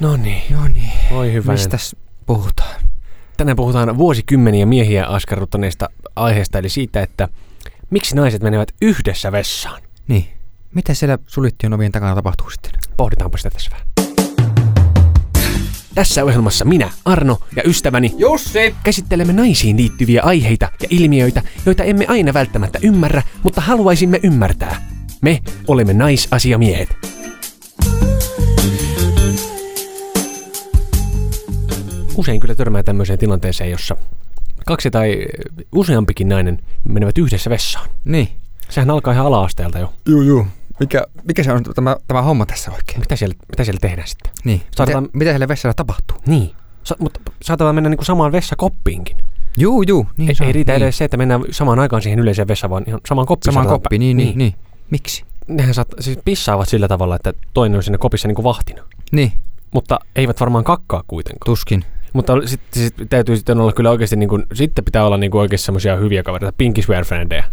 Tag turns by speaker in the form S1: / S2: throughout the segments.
S1: No niin,
S2: No niin,
S1: voi hyvä.
S2: mistäs puhutaan?
S1: Tänään puhutaan vuosikymmeniä miehiä askarruttaneesta aiheesta, eli siitä, että miksi naiset menevät yhdessä vessaan.
S2: Niin, mitä siellä suljettujen ovien takana tapahtuu sitten?
S1: Pohditaanpa sitä tässä vähän. Tässä ohjelmassa minä, Arno ja ystäväni
S2: Jussi!
S1: käsittelemme naisiin liittyviä aiheita ja ilmiöitä, joita emme aina välttämättä ymmärrä, mutta haluaisimme ymmärtää. Me olemme naisasiamiehet. Usein kyllä törmää tämmöiseen tilanteeseen, jossa kaksi tai useampikin nainen menevät yhdessä vessaan.
S2: Niin.
S1: Sehän alkaa ihan ala-asteelta jo.
S2: Juu, juu. Mikä, mikä se on tämä, tämä homma tässä oikein?
S1: Mitä siellä, mitä siellä tehdään sitten?
S2: Niin.
S1: Saadaan-
S2: Mitä, mitä siellä vessalla tapahtuu?
S1: Niin. Sa- mutta saatetaan mennä niinku samaan vessakoppiinkin.
S2: Juu, juu. Niin
S1: Ei,
S2: se
S1: ei
S2: on.
S1: riitä
S2: niin.
S1: edes se, että mennään samaan aikaan siihen yleiseen vessaan, vaan ihan samaan koppiin.
S2: Samaan
S1: saatetaan pä-
S2: koppiin, niin, niin, niin. Miksi?
S1: nehän saat, siis pissaavat sillä tavalla, että toinen on siinä kopissa niinku vahtina.
S2: Niin,
S1: Mutta eivät varmaan kakkaa kuitenkaan.
S2: tuskin.
S1: Mutta ol- sit, sit, täytyy sitten olla kyllä oikeasti, niinku, sitten pitää olla niinku oikeasti semmoisia hyviä kavereita, pinky swear friendejä.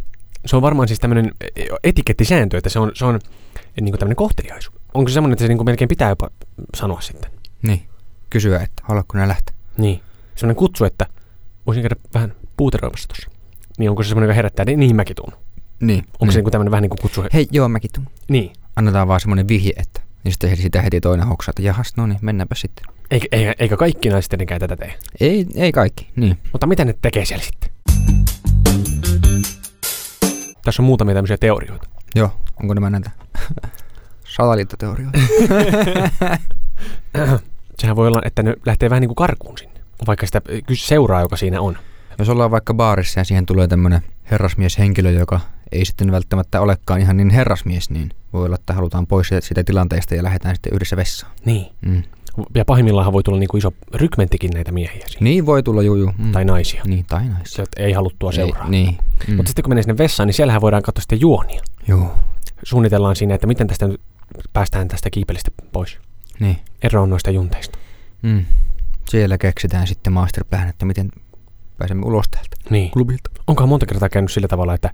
S1: Se on varmaan siis tämmöinen etikettisääntö, että se on, se on niinku tämmöinen kohteliaisuus. Onko se semmoinen, että se niinku melkein pitää jopa sanoa sitten?
S2: Niin. Kysyä, että haluatko nää lähteä?
S1: Niin. Semmoinen kutsu, että voisin käydä vähän puuteroimassa tuossa. Niin onko se semmoinen, joka herättää, niin niin mäkin tuun.
S2: Niin.
S1: Onko se niinku tämmöinen vähän niin kuin kutsu?
S2: Hei, joo, mäkin tuun.
S1: Niin.
S2: Annetaan vaan semmoinen vihje, että niin sitten sitä heti toinen hoksaa, että jahas, no niin, mennäänpä sitten.
S1: Eikä, eikä, eikä kaikki naiset tietenkään tätä tee.
S2: Ei, ei kaikki, niin.
S1: Mutta mitä ne tekee siellä sitten? Tässä on muutamia tämmöisiä teorioita.
S2: Joo, onko nämä näitä salaliittoteorioita?
S1: Sehän voi olla, että ne lähtee vähän niin kuin karkuun sinne, vaikka sitä eh, ky- seuraa, joka siinä on.
S2: Jos ollaan vaikka baarissa ja siihen tulee tämmöinen herrasmieshenkilö, joka ei sitten välttämättä olekaan ihan niin herrasmies, niin voi olla, että halutaan pois siitä- siitä tilanteesta ja lähdetään sitten yhdessä vessaan.
S1: Niin.
S2: Mm.
S1: Ja pahimmillaan voi tulla niin kuin iso rykmenttikin näitä miehiä siinä.
S2: Niin voi tulla juju. Mm.
S1: Tai naisia.
S2: Niin, tai naisia.
S1: Se että ei haluttua seuraa.
S2: Ei, niin. Mm.
S1: Mutta sitten kun menee sinne vessaan, niin siellähän voidaan katsoa sitten juonia.
S2: Joo,
S1: Suunnitellaan siinä, että miten tästä nyt päästään tästä kiipelistä pois.
S2: niin.
S1: Eroon noista junteista.
S2: Mm. Siellä keksitään sitten masterplan, että miten pääsemme ulos täältä
S1: Niin.
S2: klubilta.
S1: Onkohan monta kertaa käynyt sillä tavalla, että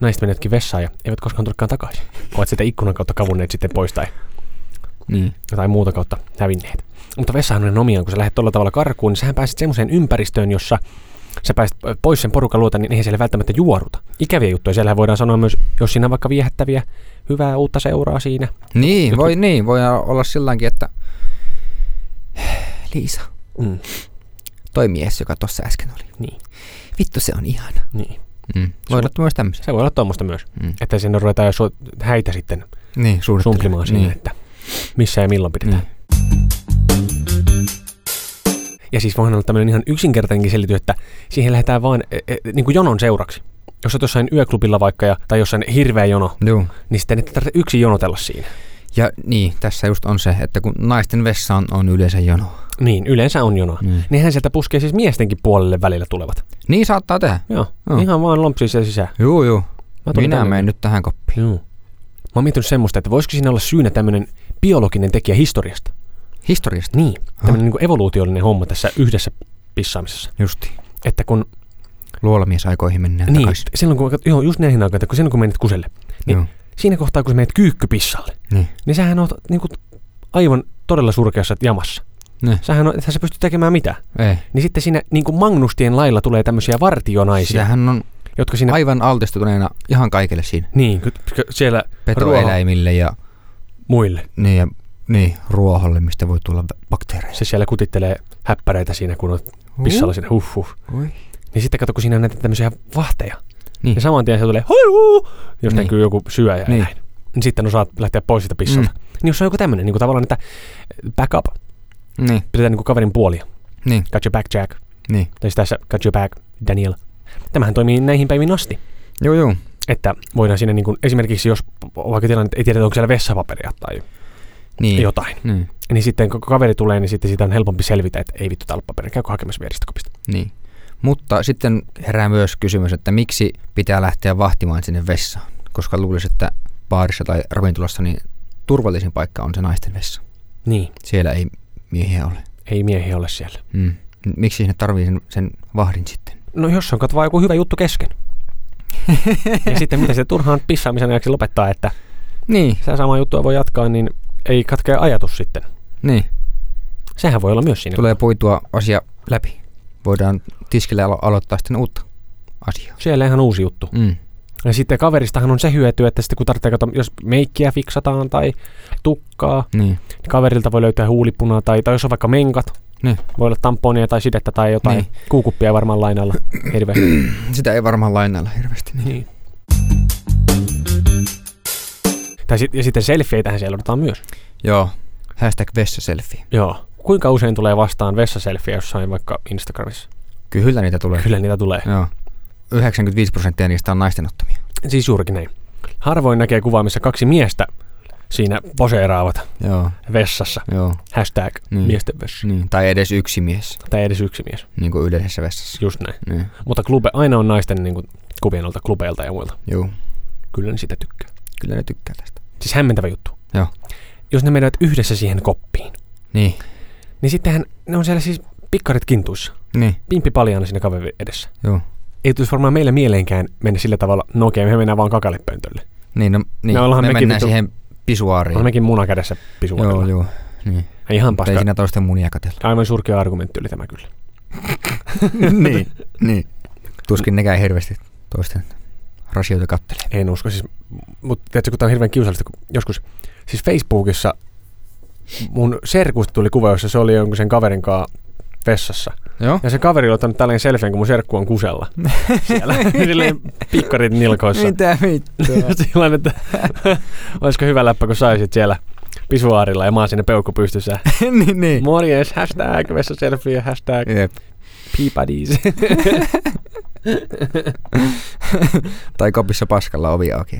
S1: naiset menetkin vessaan ja eivät koskaan tulekaan takaisin. Ovat sitä ikkunan kautta kavunneet sitten pois tai
S2: Niin.
S1: jotain muuta kautta hävinneet. Mutta vessahan on omiaan, kun sä lähdet tuolla tavalla karkuun, niin sähän pääset semmoiseen ympäristöön, jossa sä pääset pois sen porukan luota, niin eihän siellä välttämättä juoruta. Ikäviä juttuja, siellähän voidaan sanoa myös, jos siinä on vaikka viehättäviä, hyvää uutta seuraa siinä.
S2: Niin,
S1: Jotkut-
S2: voi, niin, voi olla silläkin, että Liisa,
S1: Mm,
S2: toi mies, joka tuossa äsken oli.
S1: niin,
S2: Vittu, se on ihana.
S1: niin.
S2: Mm. Voi olla myös tämmöisiä.
S1: Se voi olla tuommoista myös,
S2: Mm.
S1: että sinne ruvetaan jo su- häitä sitten
S2: Niin,
S1: sumplimaan siinä,
S2: Niin.
S1: että missä ja milloin pidetään.
S2: Niin.
S1: Ja siis voihan olla tämmöinen ihan yksinkertainenkin selitys, että siihen lähdetään vaan eh, eh, niin kuin jonon seuraksi. Jos olet jossain yöklubilla vaikka ja, tai jossain hirveä jono,
S2: Joo.
S1: niin sitten et tarvitse yksin jonotella siinä.
S2: Ja niin, tässä just on se, että kun naisten vessa on, on yleensä jono.
S1: Niin, yleensä on jonoa.
S2: Niin.
S1: Nehän sieltä puskee siis miestenkin puolelle välillä tulevat.
S2: Niin saattaa tehdä.
S1: Joo,
S2: Joo.
S1: ihan vaan lompsi siellä sisään.
S2: Joo, joo.
S1: Mä tulin
S2: Minä
S1: tänne.
S2: menen nyt tähän koppiin.
S1: Joo. Mä oon miettinyt semmoista, että voisiko siinä olla syynä tämmöinen biologinen tekijä historiasta.
S2: Historiasta.
S1: Niin, tämmöinen niin kuin evoluutiollinen homma tässä yhdessä pissaamisessa.
S2: Justi.
S1: Että kun
S2: Luolamies aikoihin mennään
S1: Niin,
S2: takaisin.
S1: silloin kun, joo, just näihin aikoihin, että kun silloin kun menet kuselle, niin
S2: Joo.
S1: siinä kohtaa kun sä menet kyykkypissalle,
S2: Niin.
S1: niin sähän oot niin kuin, aivan todella surkeassa jamassa.
S2: Ne.
S1: Sähän on, ethän sä pysty tekemään mitään.
S2: Ei.
S1: Niin sitten siinä niin kuin Magnustien lailla tulee tämmöisiä vartionaisia,
S2: Sitähän on
S1: jotka siinä...
S2: aivan altistuneena ihan kaikille siinä.
S1: Niin, ky- ky- siellä ruoho
S2: Petoeläimille ja,
S1: muille.
S2: niin, ja niin, ruoholle, mistä voi tulla bä- bakteereja.
S1: Se siellä kutittelee häppäreitä siinä, kun on
S2: Niin.
S1: pissalla siinä. Huh, huh.
S2: Oi.
S1: Niin sitten kato, kun siinä on näitä tämmöisiä vahteja.
S2: Niin.
S1: Ja saman tien se tulee, hoi huu, jos
S2: Niin.
S1: näkyy joku syöjä niin.
S2: Niin.
S1: näin. Niin sitten osaat lähteä pois siitä pissalta. Mm. Niin jos on joku tämmöinen, niin kuin tavallaan, että back up,
S2: Niin,
S1: pidetään niin kuin kaverin puolia.
S2: niin,
S1: Got your back, Jack.
S2: niin.
S1: Tai siis tässä got your back, Daniel. Tämähän toimii näihin päiviin asti.
S2: Joo, joo.
S1: Että voidaan siinä niin kuin, esimerkiksi, jos on vaikka tilanne, että ei tiedetä, onko siellä vessapaperia tai
S2: Niin.
S1: niin. jotain.
S2: Niin.
S1: Niin sitten kun kaveri tulee, niin sitten siitä on helpompi selvitä, että ei vittu täällä ole paperia, käykö hakemassa vierestä kopista.
S2: Niin. Mutta sitten herää myös kysymys, että miksi pitää lähteä vahtimaan sinne vessaan? Koska luulisi, että baarissa tai ravintolassa niin turvallisin paikka on se naisten vessa.
S1: Niin,
S2: Siellä ei miehiä ole.
S1: ei miehiä ole siellä.
S2: Mm. Miksi sinne tarvii sen, sen vahdin sitten?
S1: No jos on kato vaan joku hyvä juttu kesken. ja sitten mitä se turhaan pissaamisen ajaksi lopettaa, että
S2: Niin,
S1: sitä samaa juttua voi jatkaa, niin ei katkea ajatus sitten.
S2: niin.
S1: Sehän voi olla myös siinä.
S2: Tulee puitua asia läpi. Voidaan tiskille alo- aloittaa sitten uutta asiaa.
S1: Siellä ihan uusi juttu.
S2: Mm.
S1: Ja sitten kaveristahan on se hyöty, että sitten kun tarvitsee katsoa, jos meikkiä fiksataan tai tukkaa,
S2: Niin.
S1: niin kaverilta voi löytää huulipunaa tai, tai jos on vaikka menkat,
S2: Niin.
S1: voi olla tamponia tai sidettä tai jotain.
S2: Niin.
S1: Niin. Kuukuppia ei varmaan lainalla hirveästi.
S2: Sitä ei varmaan lainailla hirveästi. Niin.
S1: niin. Tai sit, ja sitten selfietähän seurataan myös.
S2: Joo. Hashtag vessaselfie.
S1: Joo. Kuinka usein tulee vastaan vessaselfie jossain vaikka Instagramissa?
S2: Kyllä niitä tulee.
S1: Kyllä niitä tulee.
S2: Joo. 95 prosenttia niistä on naisten ottamia.
S1: Siis juurikin näin. Harvoin näkee kuvaa, missä kaksi miestä siinä poseeraavat
S2: Joo.
S1: vessassa.
S2: Joo.
S1: Hashtag
S2: Niin.
S1: niin. miesten vessa.
S2: Niin. Tai edes yksi mies,
S1: Tai edes yksi mies.
S2: niin kuin yleisessä vessassa.
S1: Just näin.
S2: Niin.
S1: Mutta klube, aina on naisten niin kuin, kuvien noilta klubeilta ja muilta.
S2: Joo.
S1: Kyllä ne sitä tykkää.
S2: Kyllä ne tykkää tästä.
S1: Siis hämmentävä juttu.
S2: Joo.
S1: Jos ne menevät yhdessä siihen koppiin,
S2: Niin.
S1: niin sittenhän ne on siellä siis pikkarit kintuissa.
S2: Niin.
S1: Pimppi paljaana siinä kaverin edessä.
S2: Joo.
S1: Ei tulisi varmaan meillä mieleenkään mennä sillä tavalla, no okei, me mennään vaan kakalepöntölle.
S2: Niin, no, niin.
S1: No ollaan
S2: me
S1: mekin
S2: mennään
S1: vittu-
S2: siihen pisuaariin.
S1: On mekin muna kädessä
S2: joo,
S1: pisuudella.
S2: joo. Niin.
S1: Ihan
S2: Mutta ei
S1: paska.
S2: siinä toisten munia katella.
S1: Aivan surkea argumentti oli tämä kyllä.
S2: niin, niin. Tuskin nekään hirveästi toisten rasioita kattelee.
S1: En usko. Siis, mutta tiedätkö, kun tämä on hirveän kiusallista, kun joskus, siis Facebookissa mun serkusta tuli kuva, jossa se oli jonkun sen kaverin kaa vessassa.
S2: Joo.
S1: Ja se kaveri on ottanut tällainen selfien, kun mun serkku on kusella. Siellä silleen pikkarit nilkoissa.
S2: Mitä vittua?
S1: Silloin, että olisiko hyvä läppä, kun saisit siellä pisuaarilla ja mä oon siinä peukku pystyssä.
S2: niin, niin.
S1: Morjes, hashtag, vessa selfie, hashtag,
S2: Jep.
S1: peabuddies.
S2: Tai kopissa paskalla ovi auki.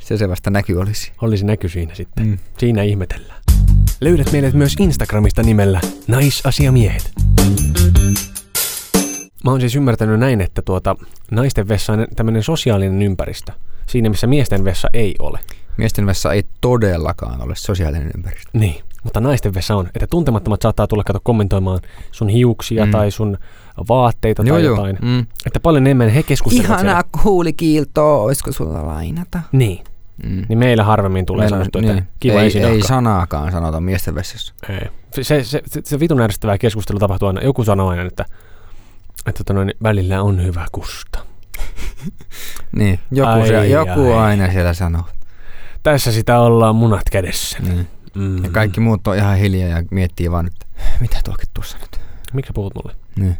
S2: Se se vasta näky olisi.
S1: Olisi näky siinä sitten.
S2: Mm.
S1: Siinä ihmetellään. Löydät meidät myös Instagramista nimellä Naisasiamiehet. Mä oon siis ymmärtänyt näin, että tuota, naisten vessa on tämmöinen sosiaalinen ympäristö. Siinä, missä miesten vessa ei ole.
S2: Miesten vessa ei todellakaan ole sosiaalinen ympäristö.
S1: Niin, mutta naisten vessa on, että tuntemattomat saattaa tulla kato kommentoimaan sun hiuksia
S2: Mm.
S1: mm. tai sun vaatteita tai jotain.
S2: Mm.
S1: Että paljon enemmän he keskustelevat siellä.
S2: huulikiiltoa, olisiko sulla lainata?
S1: Niin,
S2: Mm.
S1: niin meillä harvemmin tulee
S2: Meillä on-
S1: semmoista, että
S2: niin.
S1: kiva
S2: ei,
S1: esinahka.
S2: ei sanaakaan sanota miesten vessassa.
S1: Ei. Se, se, se, se, se vitun ärsyttävää keskustelu tapahtuu aina. Joku sanoo aina, että, että tota noin, välillä on hyvä kusta.
S2: Niin, joku, ai,
S1: Ai,
S2: se, joku ai.
S1: ai.
S2: aina siellä sanoo.
S1: Tässä sitä ollaan munat kädessä.
S2: Niin.
S1: Mm.
S2: Ja kaikki muut on ihan hiljaa ja miettii vaan, että mitä tuokin tuossa nyt.
S1: Miksi sä puhut mulle?
S2: Niin.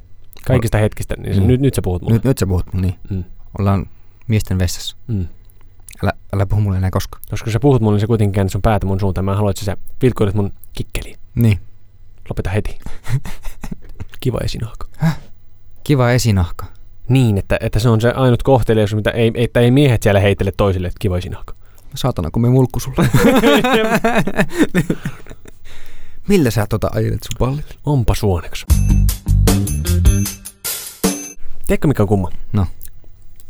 S1: Kaikista hetkistä, niin se,
S2: Mm.
S1: nyt, nyt sä puhut mulle.
S2: Nyt, nyt sä puhut mulle, niin.
S1: Mm.
S2: Ollaan miesten vessassa.
S1: Mm.
S2: Älä, älä puhu mulle enää koskaan.
S1: Jos kun sä puhut mulle, niin se kuitenkin käännet sun päätä mun suuntaan. Mä haluan, että sä vilkkuilet mun kikkeliin.
S2: Niin.
S1: Lopeta heti. Kiva esinahka.
S2: Kiva esinahka.
S1: Niin, että, että se on se ainut kohteliaisuus, mitä ei, että ei miehet siellä heitele toisille, että kiva esinahka.
S2: Saatana, kun me mulkku sulle. Millä sä tota ajelet sun pallille?
S1: Onpa suoneksi. Tiedätkö mikä on kumma?
S2: No.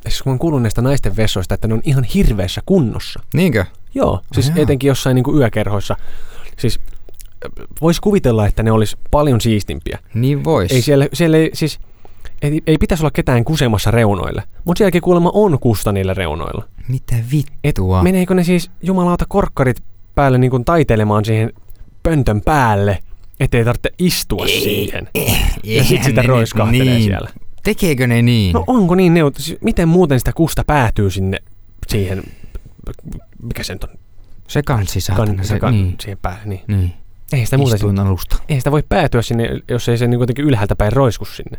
S1: Siis kun mä oon kuullut näistä naisten vessoista, että ne on ihan hirveässä kunnossa.
S2: Niinkö?
S1: Joo. Siis
S2: jaa.
S1: etenkin jossain niinku yökerhoissa. Siis voisi kuvitella, että ne olisi paljon siistimpiä.
S2: Niin vois.
S1: Ei siellä, siellä ei, siis, ei, ei pitäisi olla ketään kusemassa reunoilla. Mutta sielläkin kuulemma on kusta niillä reunoilla.
S2: Mitä vittua?
S1: Meneekö ne siis jumalauta korkkarit päälle niin kuin taiteilemaan siihen pöntön päälle, ettei tarvitse istua
S2: Ei,
S1: siihen?
S2: Eihän
S1: sit sitä
S2: ne nyt
S1: roiskahtelee
S2: niin.
S1: siellä.
S2: Tekeekö ne niin?
S1: No onko niin neut... siis Miten muuten sitä kusta päätyy sinne siihen, mikä se nyt on,
S2: Se kansi saatana.
S1: kan,
S2: se,
S1: se, kan,
S2: niin.
S1: siihen päälle, niin.
S2: niin.
S1: Eihän sitä, muuten,
S2: Istuin alusta.
S1: eihän sitä voi päätyä sinne, jos ei se niin kuitenkin ylhäältä päin roisku sinne.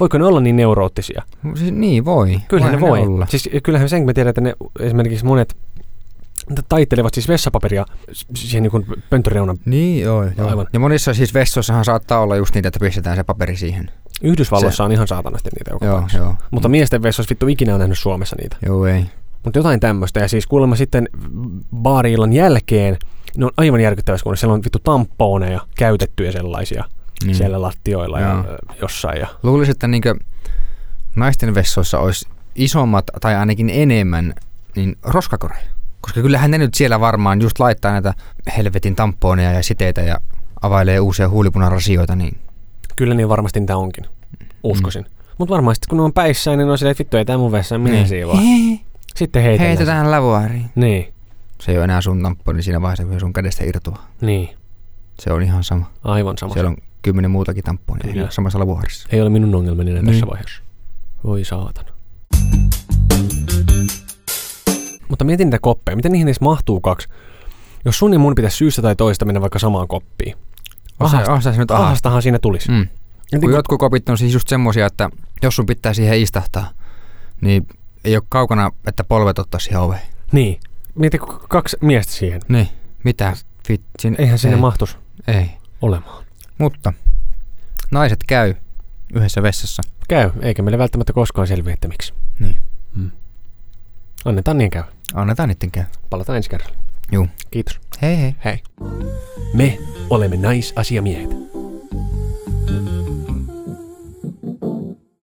S1: Voiko ne olla niin neuroottisia?
S2: Siis niin voi.
S1: Kyllähän
S2: Voihan
S1: ne voi.
S2: olla.
S1: Siis kyllähän senkin me tiedän, että ne esimerkiksi monet taittelevat siis vessapaperia s- siihen niin kuin pöntöreunan.
S2: Niin, joo, joo.
S1: Aivan.
S2: Ja monissa siis vessoissahan saattaa olla just niitä, että pistetään se paperi siihen.
S1: Yhdysvalloissa se. on ihan saatanasti niitä joka
S2: joo,
S1: paikassa.
S2: joo.
S1: Mutta miesten vessoissa vittu ikinä on nähnyt Suomessa niitä.
S2: Joo, ei.
S1: Mutta jotain tämmöistä. Ja siis kuulemma sitten baariillan jälkeen ne on aivan järkyttävässä kunnossa. Siellä on vittu tamponeja käytettyjä sellaisia
S2: Niin.
S1: mm. siellä lattioilla ja
S2: Joo.
S1: ö, jossain. Ja,
S2: Luulisin, että niinkö naisten vessoissa olisi isommat tai ainakin enemmän niin roskakoreja. Koska kyllähän ne nyt siellä varmaan just laittaa näitä helvetin tamponeja ja siteitä ja availee uusia huulipunarasioita, niin
S1: kyllä niin varmasti niitä onkin. Uskoisin. Mm. Mutta varmaan sitten kun ne on päissään, niin ne on silleen, että vittu ei tää mun vessaan, minä
S2: Niin.
S1: niin. siivoan. Sitten heitellään.
S2: heitetään lavuariin.
S1: se. Niin,
S2: Se ei ole enää sun tamponi siinä vaiheessa, kun se sun kädestä irtoaa.
S1: niin.
S2: Se on ihan sama.
S1: Aivan sama.
S2: Siellä on kymmenen muutakin tamppoonia
S1: Kyllä.
S2: Kyllä. samassa lavuharissa.
S1: Ei ole minun ongelmani enää
S2: Niin.
S1: tässä vaiheessa. Voi saatana. Mutta mietin niitä koppeja. Miten niihin edes mahtuu kaksi? Jos sun ja mun pitäisi syystä tai toista mennä vaikka samaan koppiin.
S2: Osa,
S1: Ahasta.
S2: osa se nyt ahas.
S1: Ahastahan siinä tulisi.
S2: Mm.
S1: Jotenkin-
S2: Kun jotkut kopit on siis just semmosia, että jos sun pitää siihen istahtaa, niin ei ole kaukana, että polvet ottaa siihen oveen.
S1: Niin. Mieti kun kaksi miestä siihen.
S2: Niin. Mitä? Fit, sin,
S1: Eihän sinne
S2: ei,
S1: mahtuisi
S2: Ei.
S1: olemaan.
S2: Mutta naiset käy yhdessä vessassa.
S1: Käy, eikä meille välttämättä koskaan selviä, että miksi.
S2: Niin.
S1: Mm. Annetaan niin käy.
S2: Annetaan niiden käy.
S1: Palataan ensi kerralla.
S2: Juu.
S1: Kiitos.
S2: Hei hei.
S1: Me olemme naisasiamiehet.